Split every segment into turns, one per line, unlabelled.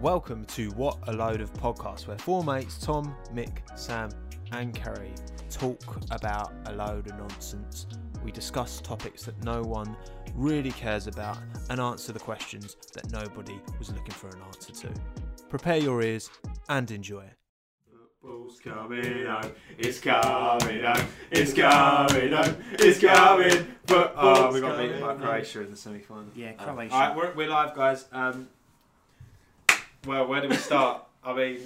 Welcome to What a Load of Podcasts, where four mates, Tom, Mick, Sam, and Kerry, talk about a load of nonsense. We discuss topics that no one really cares about and answer the questions that nobody was looking for an answer to. Prepare your ears and enjoy.
Football's coming home, it's coming home, it's coming home, it's coming. But oh, we got beaten by Croatia in the semi-final.
Yeah,
Uh, All
Croatia.
right, we're, we're live, guys. Um, well, where do we start? I mean,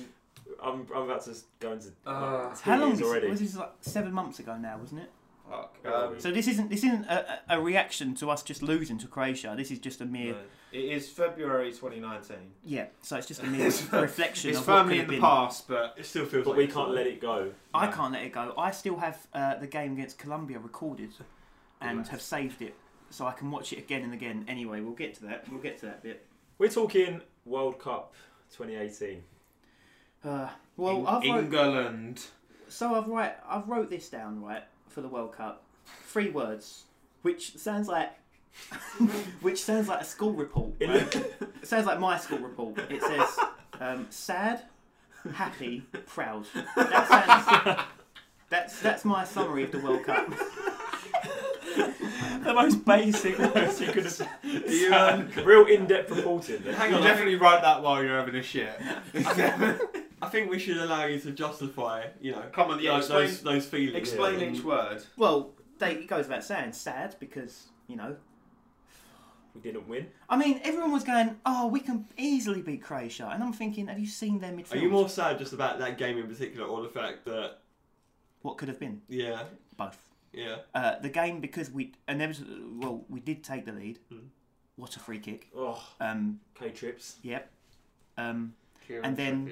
I'm, I'm about to go into
Uh,
two
How long
years
is
already.
it? Was this like seven months ago now, wasn't it?
fuck. Um,
So this isn't this isn't a, a a reaction to us just losing to Croatia. This is just a mere
no. It is February 2019.
yeah. So it's just a mere reflection.
It's
of what
firmly
could
in
have
the
been.
past, but
It still feels
but
like
we can't let it go.
I can't let it go. I still have uh, the game against Colombia recorded, and
Nice.
have saved it so I can watch it again and again. Anyway, we'll get to that. We'll get to that bit.
We're talking World Cup 2018.
Uh, well,
In-
I've wrote,
England.
so I've right. I've wrote this down right for the World Cup. Three words, which sounds like. which sounds like a school report.
It,
right?
look-
It sounds like my school report. It says um, sad, happy, proud. That sounds, that's that's my summary of the World Cup.
the most basic words you could have said.
Do you, um,
real in-depth reporting. there.
you definitely wrote that while you're having a shit.
I think we should allow you to justify, you know,
Come on, yeah,
those,
explain-
those, those feelings.
Explain
Yeah.
each word.
Well, they, it goes without saying, sad because you know.
We didn't win.
I mean, everyone was going, "Oh, we can easily beat Croatia," and I'm thinking, "Have you seen their midfield?
Are you more sad just about that game in particular, or the fact that,
what could have been
yeah,
both?"
yeah,
Uh, the game because we and there was well, we did take the lead.
Hmm.
What a free kick!
Oh,
Um,
K-trips.
yep. Um, And then-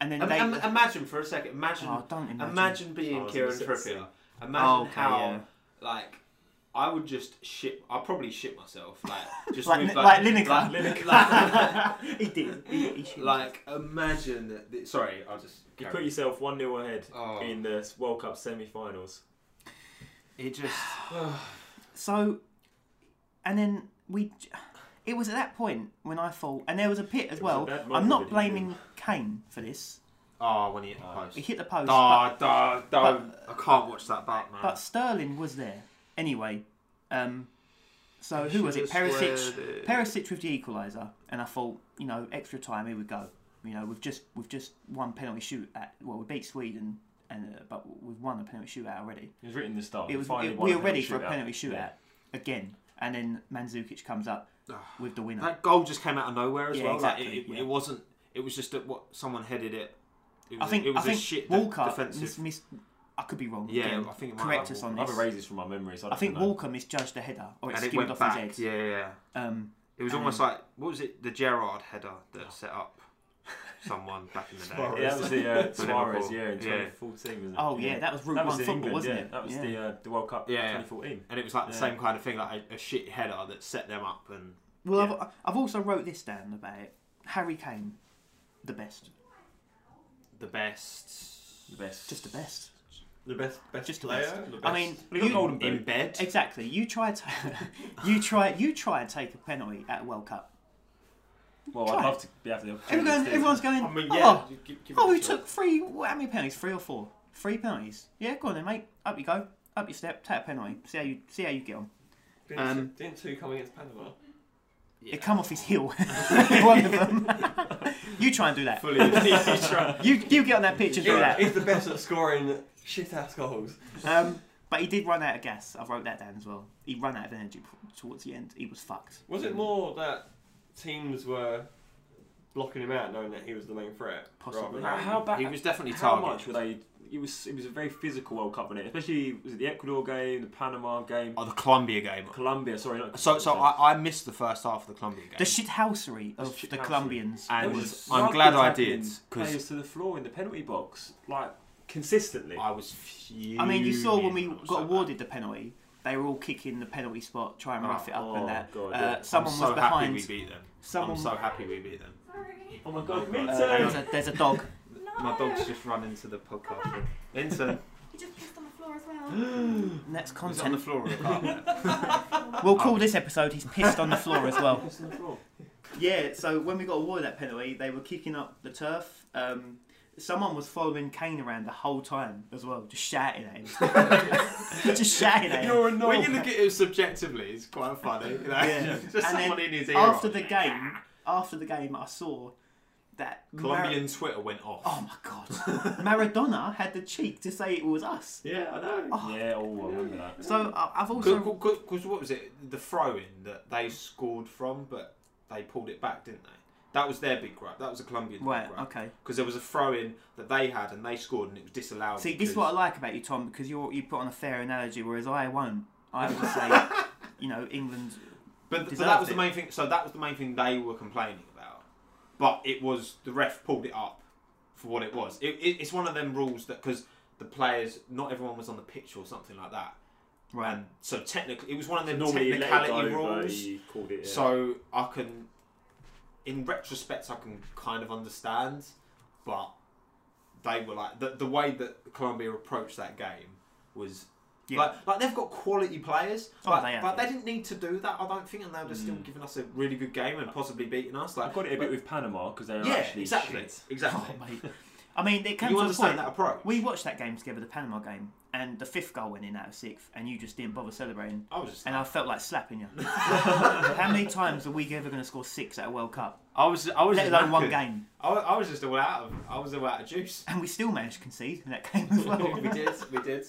and then
Im-
they.
im- imagine for a second. Imagine
Oh, don't imagine.
Imagine
I
being
was
Kieran
gonna say-
Trippier.
Oh,
Imagine
okay,
how,
yeah.
like, I would just shit. I'd probably shit myself. Like, just
Like
with,
Ni-
like,
like
Like,
Lineker.
like-
he did. He, he should.
like, imagine. That the, sorry, I'll just.
You
carry
put
on.
yourself 1-0 ahead
Oh.
in the World Cup semi-finals.
It just.
so, and then we. It was at that point when I thought, and there was a pit as
It was
well.
at that moment that
I'm not
he
blaming Kane for this.
oh, when he hit the post.
He hit the post,
Ah,
Oh, duh, don't. I can't watch that back, man.
but, but Sterling was there anyway. Um, so who was it? Perisic. Perisic with the equaliser, and I thought, you know, extra time, here we go. You know, we've just we've just won penalty shoot at well, we beat Sweden, and uh, but we've won a penalty shootout already.
It was written in the start.
it was
Finally
it-
won
we
a
were ready
penalty
for a
shootout.
penalty shootout again, and then Mandzukic comes up with the winner.
That goal just came out of nowhere as
Yeah,
well. Like,
exactly,
it, it,
yeah.
it wasn't. It was just that what someone headed it. It
I
was,
think
it was
I think
a shit de-
Walker
defensive.
mis- mis- I could be wrong.
Yeah,
again.
I think it might
correct
have
us
been
on
I've
this.
erased this from my memory, so I,
I
don't
think
know.
Walker misjudged the header, or it
and it
skimmed
went
off
back.
his head.
Yeah, yeah, yeah.
Um,
It was
And
almost
then-
like what was it? The Gerard header that set up someone back in the day.
Suarez.
Yeah, that was the uh,
For
Suarez,
Liverpool.
yeah, in
Yeah.
2014, wasn't it?
oh yeah, that was Route
that was
One
in
football,
England,
wasn't
yeah.
it?
That was
yeah.
the uh, the World Cup
Yeah, yeah.
2014.
And it was like the
Yeah.
same kind of thing, like a, a shit header that set them up. And
well, I've, I've also wrote this down about it. Harry Kane, the best,
the best,
The best.
just the best.
the best, best
Just the
player.
best.
The best.
I mean,
But he got
you-
golden
in
boot.
bed.
exactly. You try to, you try, you try and take a penalty at a World Cup.
Well,
Try.
I'd love to be able to.
Everyone, everyone's going.
I mean,
"Oh,
yeah. you gi- give it
Oh,
a
we
shot.
took three. How many penalties? Three or four? Three penalties. Yeah, go on then, mate. Up you go. Up your step. Take a penalty. See how you see how you get on.
didn't,
um,
two, didn't two come against Panama?
It come off his heel. One of them. you try and do that.
fully. you try.
You you get on that pitch and do
Yeah.
that.
He's the best at scoring shit ass goals.
Um, but he did run out of gas. I wrote that down as well. He ran out of energy towards the end. He was fucked.
Was it more that teams were blocking him out, knowing that he was the main threat?
Possibly.
rather
How,
than-
how about
He was definitely
how
targeted.
much were they? It was it was a very physical World Cup, wasn't it? Especially was it the Ecuador game, the Panama game,
Oh, the Colombia game.
Colombia. Sorry, not
So, so I, I missed the first half of the Colombia game,
The shithousery of
The
the
shithousery.
Colombians
and
There was
I'm
rugby
glad I
tackling
did because
players to the floor in the penalty box, like consistently.
I was. Fuming.
I mean, you saw when we
It was so
got
bad.
awarded the penalty, they were all kicking the penalty spot, trying to
Oh,
rough it up
oh,
and that.
God,
uh,
yeah. I'm
Someone
I'm
was
so
behind.
Happy we beat them.
someone.
I'm so happy we beat them.
oh my god, me
uh,
too.
there's, a, there's a dog.
My dog's just run into the podcast room. Linton,
You just pissed on the floor as well.
And that's
was it on the
content.
floor of the car?
We'll call this episode "He's pissed on the floor" as well.
Pissed on the floor.
yeah, so when we got awarded that penalty, they were kicking up the turf. Um, someone was following Kane around the whole time as well, just shouting at him. just shouting at him.
You're annoying. When you look at it subjectively, it's quite funny. You know?
Yeah.
Just
And
someone
then
in his ear.
after the game, after the game, I saw that Mar-
Colombian Twitter went off.
oh my god, Maradona had the cheek to say it was us.
Yeah, I know.
Yeah, oh, I remember that.
So I- I've also
Because what was it? The throw in that they scored from, but they pulled it back, didn't they? That was their big gripe. That was a Colombian
right.
big gripe.
Okay.
Because there was a throw in that they had and they scored and it was disallowed.
See, this is
because-
what I like about you, Tom, because you you put on a fair analogy, whereas I won't. I would say, you know, England.
But, but
deserved
that was
it.
the main thing. So that was the main thing they were complaining about. But it was the ref pulled it up for what it was. It, it, it's one of them rules that because the players, not everyone was on the pitch or something like that.
Right.
And so technically, it was one of them
Normally you let it
technicality
go, but
rules.
he called it. Yeah.
So I can, in retrospect, I can kind of understand, but they were like the, the way that Colombia approached that game was.
Yeah.
Like, like they've got quality players,
Oh,
but,
they have,
but
yeah. Mm.
they didn't need to do that. I don't think, and they were still giving us a really good game and possibly beating us.
I
Like,
got it a
but-
bit with Panama because they were
yeah,
actually
exactly,
shit.
exactly.
Oh, mate. I mean, it came
you
to a
understand
point.
that approach?
We watched that game together, the Panama game, and the fifth goal went in out of sixth, and you just didn't bother celebrating.
I was just.
And I felt like slapping you. How many times are we ever going to score six at a World Cup?
I was. I was
Let
just
alone one
knackered.
game.
I was, I was just all out of. I was all out of juice.
And we still managed to concede in that game as well.
we did. We did.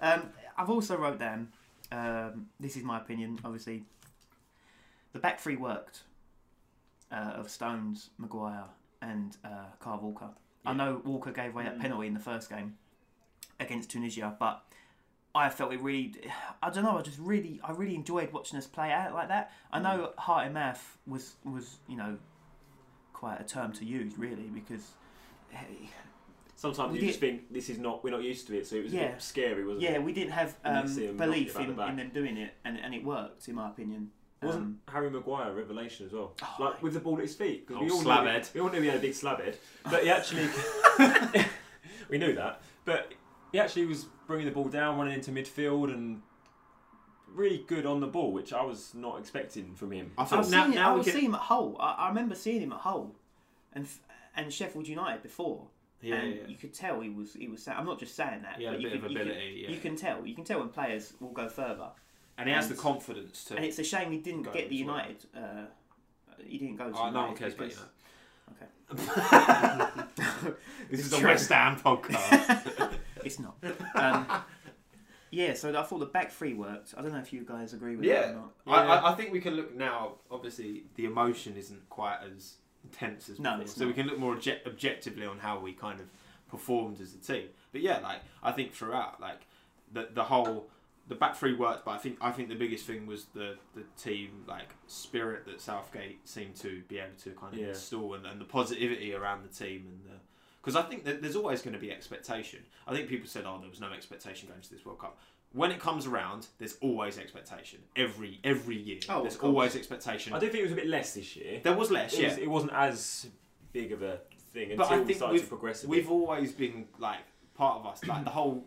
Um, I've also wrote down. Um, this is my opinion, obviously. The back three worked uh, of Stones, Maguire, and uh, Carl Walker. I know Walker gave away that penalty in the first game against Tunisia, but I felt it really. I don't know. I just really, I really enjoyed watching us play out like that. I know heart and mouth was was you know quite a term to use really because
sometimes
We
you
did-
just think this is not we're not used to it, so it was a
Yeah.
bit scary, wasn't
yeah
it?
we didn't have
And you see
um,
'em knocking
belief
about
in,
the back.
in them doing it and, and it worked in my opinion.
Wasn't
Um,
Harry Maguire a revelation as well?
Oh,
like
mate.
with the ball at his feet. 'cause
Oh,
we all knew
slabhead.
he- we all knew he had a big slabhead, but he actually we knew that, but
He actually was bringing the ball down, running into midfield, and really good on the ball, which I was not expecting from him.
I
I've
thought now,
seen, it,
now
I
we
was
can.
seeing him at Hull. I, I remember seeing him at Hull, and f- and Sheffield United before.
Yeah,
and
yeah, yeah.
you could tell he was he was. sa- I'm not just saying that.
He had
but
a bit
you could-
of
you could-
ability, yeah.
You can tell. You can tell when players will go further.
and he has the
and-
confidence to.
And it's a shame he didn't
Go
get the
as well.
United. Uh, he didn't go to
Oh,
United.
no one cares about
because-
United.
Okay.
this
It's
is a
true.
West Ham podcast.
It's not. Um, yeah, so I thought the back three worked. I don't know if you guys agree with that or
Yeah.
not.
I, I, I think we can look now. Obviously, the emotion isn't quite as intense as
No,
before,
it's
so we
not.
can look more obje- objectively on how we kind of performed as a team. But yeah, like I think throughout, like the the whole the back three worked, but I think I think the biggest thing was the the team like spirit that Southgate seemed to be able to kind of
Yeah.
install and, and the positivity around the team and the. Because I think that there's always going to be expectation. I think people said, "Oh, there was no expectation going to this World Cup." When it comes around, there's always expectation. Every every year,
Oh, of
there's
course.
always expectation.
I do think it was a bit less this year.
There was less,
It,
yeah.
was, it wasn't as big of a thing
But
until
I
we
think
started
we've-
to progress a bit.
We've always been like part of us, like the whole,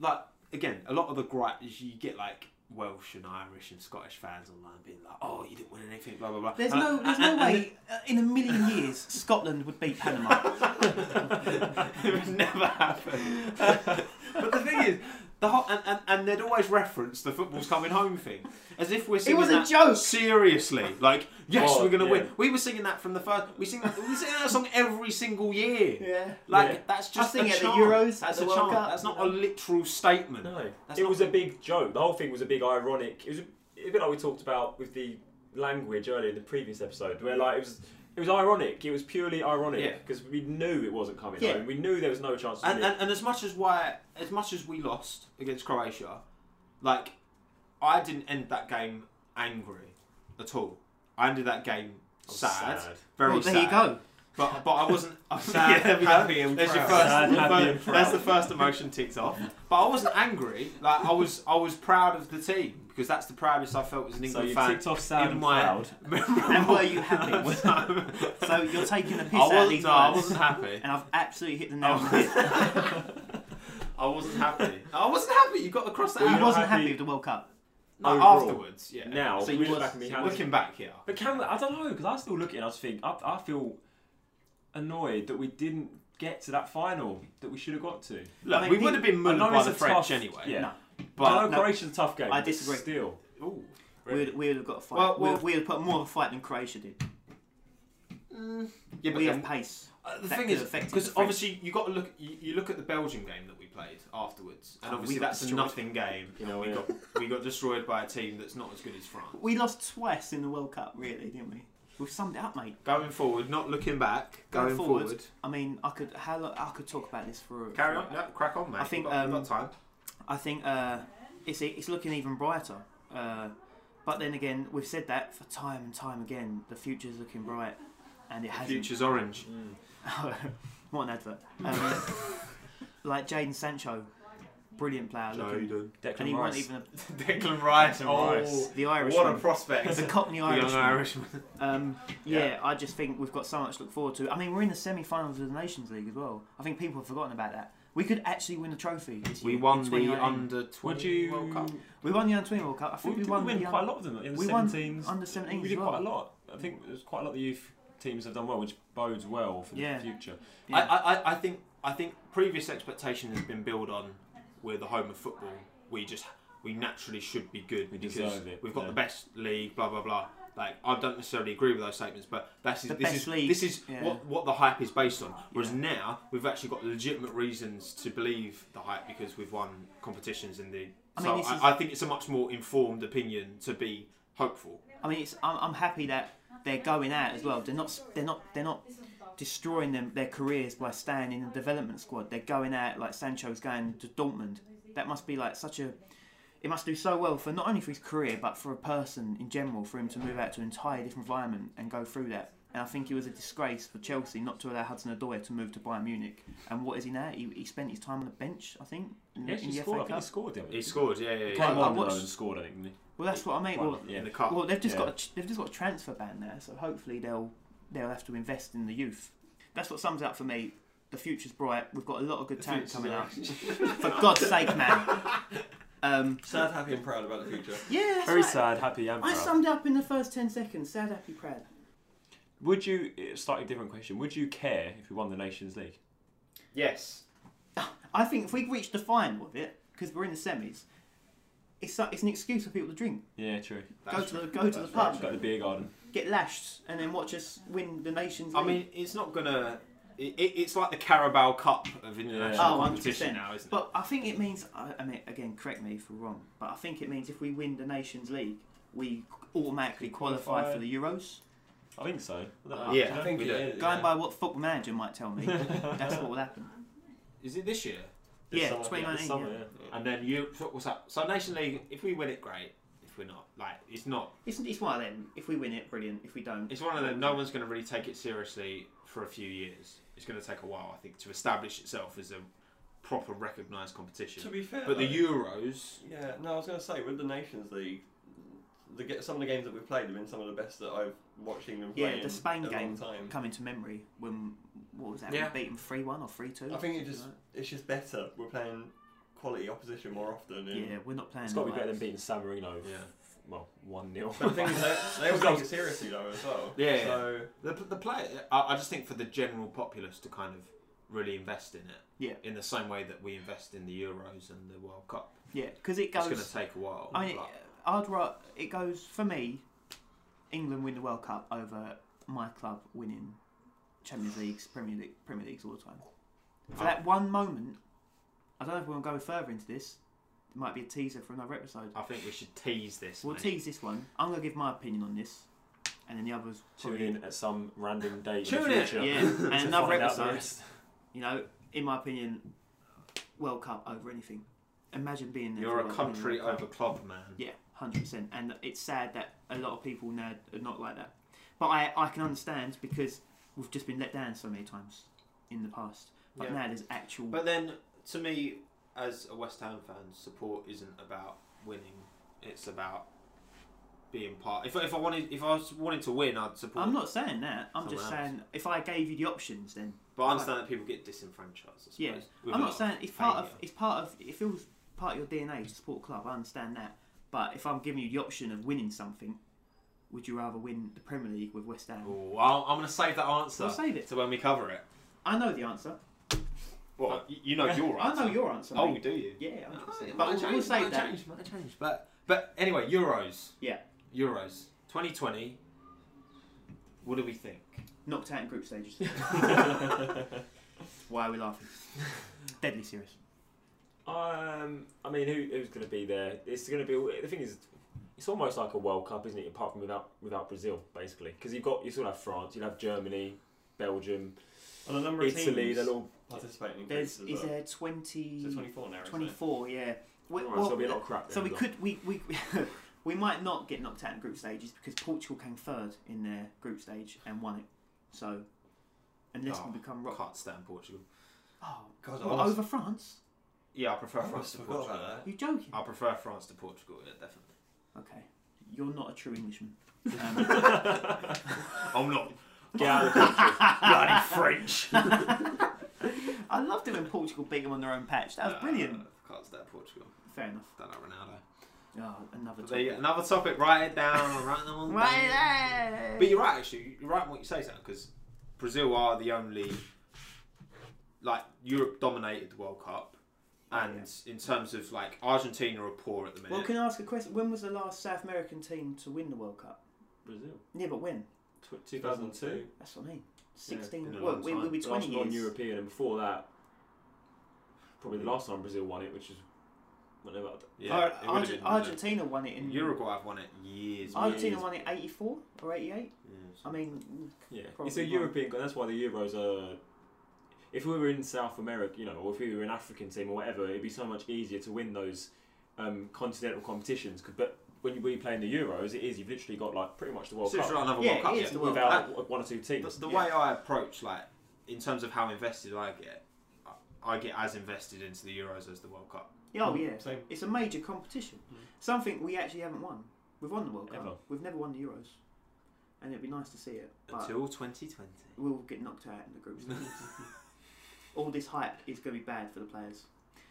like again, a lot of the gripe is you get like Welsh and Irish and Scottish fans online being like, "Oh, you didn't win anything," blah blah blah.
There's
And
no,
I-
there's
and-
no
and-
way uh, in a million years Scotland would beat Panama.
it would never happen. but the thing is, the whole, and, and, and they'd always reference the football's coming home thing as if we're singing
was a
that
joke.
seriously. Like, yes,
Oh,
we're gonna
yeah.
win. We were singing that from the first. We sing we sing that song every single year.
yeah.
Like
Yeah.
that's just
I sing
a
it at the
chant.
Euros,
That's
at the
a
World
chant.
Cup,
That's not
you know.
a literal statement.
No,
That's
it
not-
was a big joke. The whole thing was a big ironic. It was a, a bit like we talked about with the language earlier in the previous episode, where like it was it was ironic. It was purely
Mm. Yeah.
ironic because we knew it wasn't coming
Yeah.
home. We knew there was no chance. to
And,
win.
and, and as much as why, as much as we lost against Croatia, like I didn't end that game angry at all. I ended that game
I was
sad,
sad.
very
well, there
sad.
you go.
But but I wasn't. I'm
Sad,
sad,
happy and
There's your
proud.
first.
Sad, happy
first-
and proud.
That's the first emotion ticked off. But I wasn't angry. Like I was. I was proud of the team because that's the proudest I felt as
so
an England
you
fan.
ticked off Sam
in
and
my-
Cloud.
And were you happy?
I
So you're taking the piss out of
wasn't.
these
No, I
words,
wasn't happy.
and I've absolutely hit the nail. on the head.
Oh.
I wasn't happy. I wasn't happy. You got across that.
You
out.
wasn't
happy-
happy with the World Cup.
No,
Overall.
afterwards, yeah.
Now,
so you
looking
was-
back at me, how-
looking back here,
But can we, I don't know because I still look at it. and I just think I, I feel annoyed that we didn't get to that final that we should have got to.
look,
I mean,
we
the-
would have been
I
mullered
know
by
it's
the
a
French
tough-
anyway.
Yeah,
No.
I
but
know
no.
Croatia's a tough game.
I
but
disagree.
Still,
ooh,
We would, we would have got a fight.
Well,
we,
well-
would, we would have put more of a fight than Croatia did.
yeah, but
we
then-
have pace.
Uh, the
That
thing
could
is,
have affected the
because
French.
obviously you got to look. You, you look at the Belgian game that we played afterwards, and
Oh,
obviously
we got
that's a
destroyed.
nothing game.
you know,
We
yeah.
got we got destroyed by a team that's not as good as France.
We lost twice in the World Cup, really, didn't we? We've summed it up, mate.
Going forward, not looking back. Going,
Going forward.
forward.
I mean, I could how lo- I could talk about this for.
Carry
for-
on. No, crack on, mate.
I think,
we've got, we've
um,
got time.
I think uh, it's it's looking even brighter. Uh, but then again, we've said that for time and time again. The future's looking bright, and
The
it hasn't.
future's orange.
what an advert! Um, like Jaden Sancho, brilliant player. Looking, and he
Declan
wasn't
Rice.
even
Declan Rice.
a,
Oh,
the
what a
Irishman,
prospect.
the Cockney
The
Irishman.
young Irishman.
Um, yeah,
Yeah.
I just think we've got so much to look forward to. I mean, we're in the semi-finals of the Nations League as well. I think people have forgotten about that. We could actually win the trophy. This
We
year,
won
in
the
2019.
under
Would
20
you?
World Cup.
We won the under twenty World Cup. I
We,
think
did
we,
we
won
win
the
quite a
un-
lot of them in the
we won
17s.
under seventeens.
We did
as well.
quite a lot. I think there's quite a lot of youth teams have done well, which bodes well for the
Yeah.
future.
Yeah.
I, I, I- I think I think previous expectation has been built on we're the home of football. We just we naturally should be good
We
because
deserve it,
we've got
yeah.
the best league. Blah blah blah. Like I don't necessarily agree with those statements, but that's
The
this
best
is
league,
this is
yeah.
what what the hype is based on. Whereas
Yeah.
now we've actually got legitimate reasons to believe the hype because we've won competitions in the.
I
so
mean, this
I,
is-
I think it's a much more informed opinion to be hopeful.
I mean, it's, I'm, I'm happy that they're going out as well. They're not. They're not. They're not destroying them their careers by staying in the development squad. They're going out like Sancho's going to Dortmund. That must be like such a. It must do so well for not only for his career but for a person in general for him to move out to an entirely different environment and go through that. And I think it was a disgrace for Chelsea not to allow Hudson Odoi to move to Bayern Munich. And what is he now? He, he spent his time on the bench, I think, in,
He
the-
actually
in the
scored. I
FA
think he
Cup.
scored. didn't he?
He scored, yeah, yeah, yeah.
Came
I
on
watched-
loan and scored. I think. didn't
Well, that's what I mean.
Why
Well,
not? Yeah.
in the cup.
Well, they've just
Oh, Yeah.
got a, they've just got a transfer ban now, so hopefully they'll they'll have to invest in the youth. That's what sums it up for me. The future's bright. We've got a lot of good talent coming up. for God's sake, man. Um,
Sad, happy, and proud about the future.
yeah,
he?
that's
Very
right.
sad, happy, and
I
proud.
summed up in the first ten seconds. Sad, happy, proud.
Would you? it's a Slightly different question. Would you care if we won the Nations League?
Yes.
I think if we reach the final of it, because we're in the semis, it's so- it's an excuse for people to drink,
Yeah, true.
go
That's
to the go to the
That's
pub,
Go to the beer garden.
get lashed, and then watch us win the nations.
I
League.
mean, it's not gonna. It, it, it's like the Carabao Cup of international
Yeah.
Oh,
competition
100%.
now, isn't it?
But I think it means, I I mean, again, correct me if I'm wrong, but I think it means if we win the Nations League, we automatically qualify
Qualify.
for the Euros.
I think so. I don't
Uh,
know.
yeah.
I think yeah.
Going by what Football Manager might tell me, that's what will happen.
Is it this year?
This
yeah,
summer, this
2019.
summer,
yeah.
yeah.
And then you, what's that? So Nation League, if we win it, great. If we're not, like, it's not.
It's, it's one of them. If we win it, brilliant. If we don't,
It's one of them. No one's gonna really take it seriously for a few years. It's gonna take a while, I think, to establish itself as a proper recognised
To
competition.
be fair,
But the
though,
uh,
Euros,
Yeah, no, I was going to say with the Nations League, the ge- some of the games that we've played have been some of the best that I've watched England play.
Yeah, the
in
Spain
a long
game.
Time.
come into memory when, what was that?
Yeah.
We beat them 3 1 or 3 2.
I think it just it's just better. We're playing quality opposition more often. And,
Yeah, we're not playing.
It's got to be
like
better than
that.
beating San Marino.
Yeah.
Well, one 0
But the thing is, they, they all take it seriously though as well.
Yeah, yeah.
So
The, the play, I, I just think for the general populace to kind of really invest in it.
Yeah.
In the same way that we invest in the Euros and the World Cup.
Yeah, because it
It's
goes.
going to take a while.
I mean, it,
but-
I'd ra- it goes for me. England win the World Cup over my club winning Champions Leagues, Premier League, Premier Leagues all the time. For that one moment, I don't know if we want to go further into this. It might be a teaser for another episode.
I think we should tease this.
We'll
mate.
tease this one. I'm gonna give my opinion on this, and then the others.
Tune
probably-
in at some random date. in
Tune
the
in.
future
Yeah,
to
and
find
another
out the
episode.
rest.
You know, in my opinion, World Cup over anything. Imagine being there. for
You're a
World Cup, winning
country
World Cup.
over club man.
Yeah, hundred percent. And it's sad that a lot of people now are not like that. But I, I can understand because we've just been let down so many times in the past. But
Yeah.
now there's actual.
But then, to me, as a West Ham fan, support isn't about winning. It's about being part. If, I- if I wanted, if I was wanting to win, I'd support.
I'm not saying that. I'm just
Someone else.
saying if I gave you the options, then
But I understand that people get disenfranchised. I suppose,
Yeah.
with a
I'm
lot
not
of
saying it's part of
failure.
it's part of it feels part of your DNA to support a club. I understand that, But if I'm giving you the option of winning something, would you rather win the Premier League with West Ham?
Ooh, I'll, I'm going to save that answer.
We'll save it.
So when we cover it.
I know the answer.
Well, y- you know your
Uh, I
answer.
know your answer.
Oh,
mate.
do you?
yeah, I'm
Oh, it might
But we'll, we'll
change,
save
might
that.
Change, might change. But but anyway, Euros.
Yeah.
Euros. 2020. What do we think?
Knocked out in group stages. Why are we laughing? Deadly serious.
Um, I mean, who, who's going to be there? It's going to be. The thing is, it's almost like a World Cup, isn't it? Apart from without without Brazil, basically, because you've got you still have France, you'll have Germany, Belgium,
And a number of
Italy.
teams
They'll all
participating in
There's
groups as
is
well.
there 20,
So 24 now, isn't it?
24, Yeah. We,
Alright,
well, uh,
so there'll be a lot of crap.
so
then
we
as well.
could we we. We might not get knocked out in group stages because Portugal came third in their group stage and won it. So, unless
Oh,
we become rock.
Can't stand Portugal.
Oh,
God, I
what,
almost-
over France?
Yeah, I prefer
I
France
almost
to
forgot
Portugal.
about
You joking?
Oh.
I prefer France to Portugal, yeah, definitely.
Okay, you're not a true Englishman. Um,
I'm not
Get out of the country.
bloody French.
I loved it when Portugal beat them on their own patch. That was
Uh,
brilliant.
can't stand Portugal.
Fair enough.
Don't know Ronaldo.
Oh, another
But there you go.
topic.
Another topic. Write it down. write them all down.
Right
But you're right, actually. You're right in what you say, Sam, because Brazil are the only, like, Europe dominated the World Cup. And in terms of, like, Argentina are poor at the minute.
Oh, Well, can I ask a question? When was the last South American team to win the World Cup?
Brazil.
Yeah, but when?
Tw- 2002.
That's what I mean. 16.
been a
well,
long
we,
time.
we'll be 20
last
years.
non-European, and before that, probably the last time Brazil won it, which is whatever.
yeah,
Ar-
it would've
Arge-
been Brazil.
Argentina won it in.
Uruguay have won it years.
Argentina
years.
won it 84 or 88.
Yes.
I mean,
Yeah,
Probably
it's a
not.
European. That's why the Euros are. If we were in South America, you know, or if we were an African team or whatever, it'd be so much easier to win those um, continental competitions. 'cause- but when we play in the Euros, it is you've literally got like pretty much the World
It's just
Cup
like another
Yeah,
World Cup.
it is
yeah.
the World
without
Cup.
o- one or two
The,
teams.
the way I approach, like, in terms of how invested I get, I- I get as invested into the Euros as the World Cup.
yeah, oh, yeah.
Same.
It's a major competition.
Mm-hmm.
Something we actually haven't won. We've won the World
Ever.
Cup. We've never won the Euros. And it'd be nice to see it. But
Until 2020.
we'll get knocked out in the group stage. All this hype is going to be bad for the players.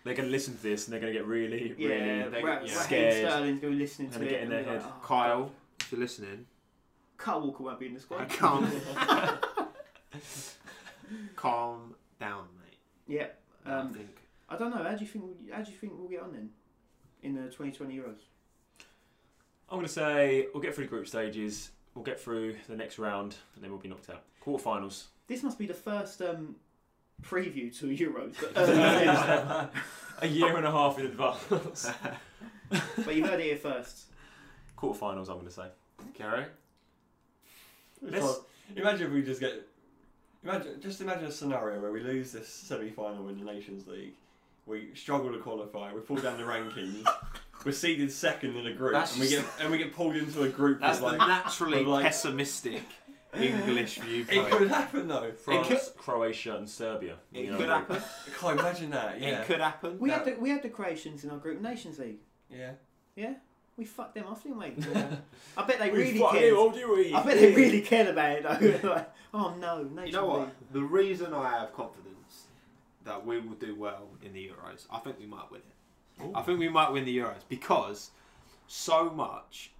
They're going to listen to this and they're going to get really, really.
yeah,
they-
Ra-
yeah.
Raheem
Scared.
Sterling's going to be listening to
And they
it.
get in
and
their
be
head.
oh,
Kyle, if you're listening,
Kyle Walker won't be in the squad.
calm, calm down, mate.
Yeah.
I
Um,
think
I don't know. How do you think? we- How do you think we'll get on then in the 2020 Euros?
I'm going to say we'll get through the group stages, we'll get through the next round, and then we'll be knocked out. Quarterfinals.
This must be the first um, preview to Euros, but, uh,
a year and a half in advance.
but you heard it here first.
Quarterfinals. I'm going to say.
Gary.
Let's-
Imagine if we just get. Imagine, just imagine a scenario where we lose this semi-final in the Nations League. We struggle to qualify. We fall down the rankings. We're seeded second in a group,
That's
and we get and we get pulled into a group.
That's
with
the
like,
naturally
like-
pessimistic English
it
viewpoint.
could happen though.
France,
France, Croatia, and Serbia.
It
You know,
could happen.
I can't imagine that. Yeah,
It could happen.
We had the we had the Croatians in our group Nations League.
yeah.
Yeah, we fucked them off, didn't we? I bet they
we
really
fucking
cared.
all do we?
I bet they really cared about it though. Like, oh no, Nations
You know
League.
what? The reason I have confidence that we will do well in the Euros, I think we might win it. I think we might win the Euros because so much,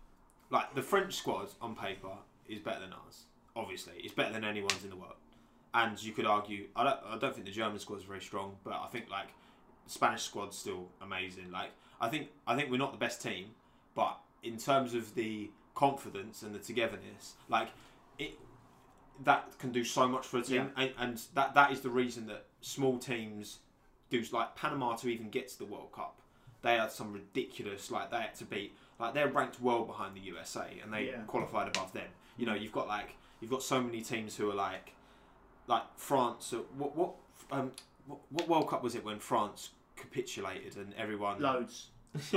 like the French squad on paper is better than ours. Obviously, it's better than anyone's in the world. And you could argue, I don't, I don't think the German squad's very strong, but I think like Spanish squad's still amazing. Like I think, I think we're not the best team, but in terms of the confidence and the togetherness, like it, that can do so much for a team, and, and that that is the reason that small teams do like Panama to even get to the World Cup. They had some ridiculous like they had to beat like they're ranked well behind the USA and they
Yeah.
qualified above them. You know you've got like you've got so many teams who are like like France. uh, What what um what, what World Cup was it when France capitulated and everyone
Loads.
Like-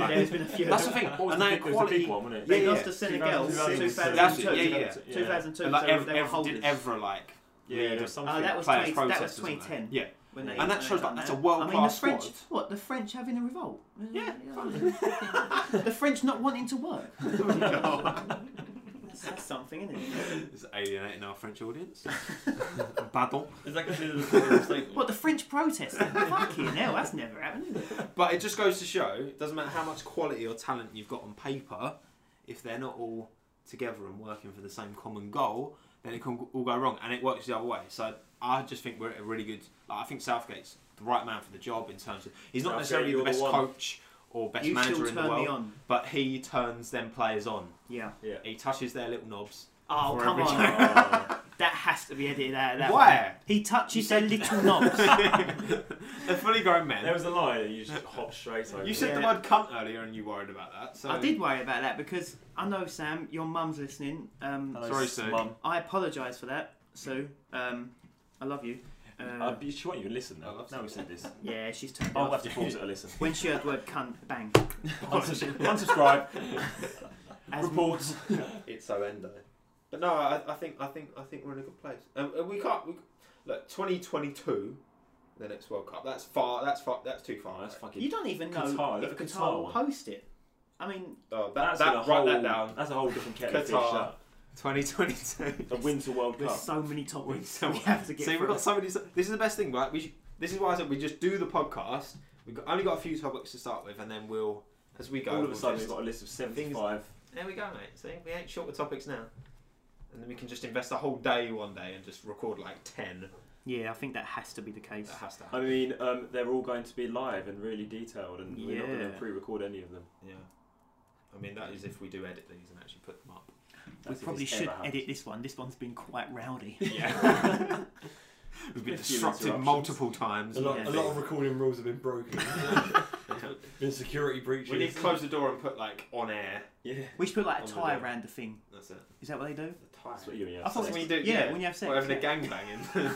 There's been a few.
That's the thing,
What was
and
the
they
big, it was the
quality.
big one, wasn't it?
They
Yeah,
lost
yeah.
to Senegal 2002.
2002.
That's it, yeah,
2002,
yeah.
2002
And, like
so
ev-
they were
everyone
holders
did Evra like
Yeah,
lead
there
a
was something.
Oh, that was
players
20, that was
protest, wasn't
2010.
they? Yeah.
when they,
And that
when
shows,
they
like,
done
that's
that.
a world-class
I mean, the French,
squad.
what the French having a revolt? Oh Yeah, the French not wanting to work. That's something, isn't it?
Is it alienating our French audience. Badon.
Is that considered a political statement?
What the French protest? Fucking hell, that's never happened.
But it just goes to show it doesn't matter how much quality or talent you've got on paper, if they're not all together and working for the same common goal, then it can all go wrong. And it works the other way. So I just think we're at a really good. Like, I think Southgate's the right man for the job in terms of he's not
Southgate,
necessarily the
you're the
best
one.
coach or best
You
manager
still
in
turn
the world,
me on.
but he turns them players on.
Yeah.
He touches their little knobs.
Oh
For
come
every
on!
time.
that has to be edited out. of That
Why?
He touches their little knobs.
They're fully grown men.
There was a line and you just hopped straight over.
You said the
Yeah.
word cunt earlier and you worried about that. So
I did worry about that because I know Sam, your mum's listening. Um,
Sorry, Sue.
Mum.
I apologise for that, Sue. Um, I love you. Uh,
Uh, but she won't even listen
I
now.
love
Now we said this.
yeah, she's turned
I'll
off.
have to force it a listen.
When she heard the word cunt, bang.
Unsubs- Unsubscribe.
As
Reports.
It's so endo. But no, I, I think I think I think we're in a good place. Um, uh, we can't we, look twenty twenty two, the next World Cup. That's far. That's far. That's too far.
Oh, that's
away.
fucking.
You don't even know
Qatar,
if
look at
Qatar,
Qatar
will
one.
host it. I mean,
Oh, that,
that's
that,
a
write
whole,
that down.
That's a whole different kettle of fish.
Qatar.
that.
Twenty twenty two.
The Winter World
there's
Cup.
so many topics
So
that we have to get
See, we've
through.
got somebody. This is the best thing, right? We should, this is why I said we just do the podcast. We've got, only got a few topics to start with, and then we'll as we go.
All of a
we'll
sudden,
just-
we've got a list of
things-
75.
There we go, mate. See, we ain't short of topics now. And then we can just invest a whole day one day and just record like 10.
Yeah, I think that has to be the case.
That has to
I
happen.
mean, um, they're all going to be live and really detailed, and we're not going
Yeah.
to pre record any of them.
Yeah. I mean, that is if we do edit these and actually put them up.
we
That's if
probably
it's
should
ever happened.
edit this one. This one's been quite rowdy.
Yeah. We've been
A few
disrupted
interruptions.
multiple times.
A lot,
Yeah.
a lot of recording rules have been broken. been security breaches.
We need to close the door and put like on air.
Yeah.
We should put like
Oh
a
my
tie
God.
around the thing.
That's it.
Is that what they do?
The
That's what you and
I
your
thought
sex-
when you do
Yeah, when you have sex,
Or having a
yeah.
gang banging.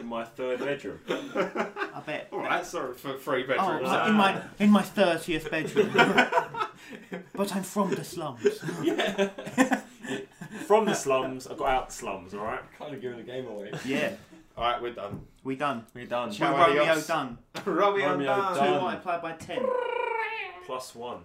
in my third bedroom.
I bet.
All right, sorry for three
Oh,
bedrooms.
like in my in my thirtieth bedroom. but I'm from the slums.
From the slums, I got out the slums, alright?
kind of giving the game away.
Yeah,
All right, we're done.
we done.
We're done.
Ciao.
Romeo
adios.
done.
Romeo,
Romeo
done.
done.
Two multiplied by ten.
Plus one.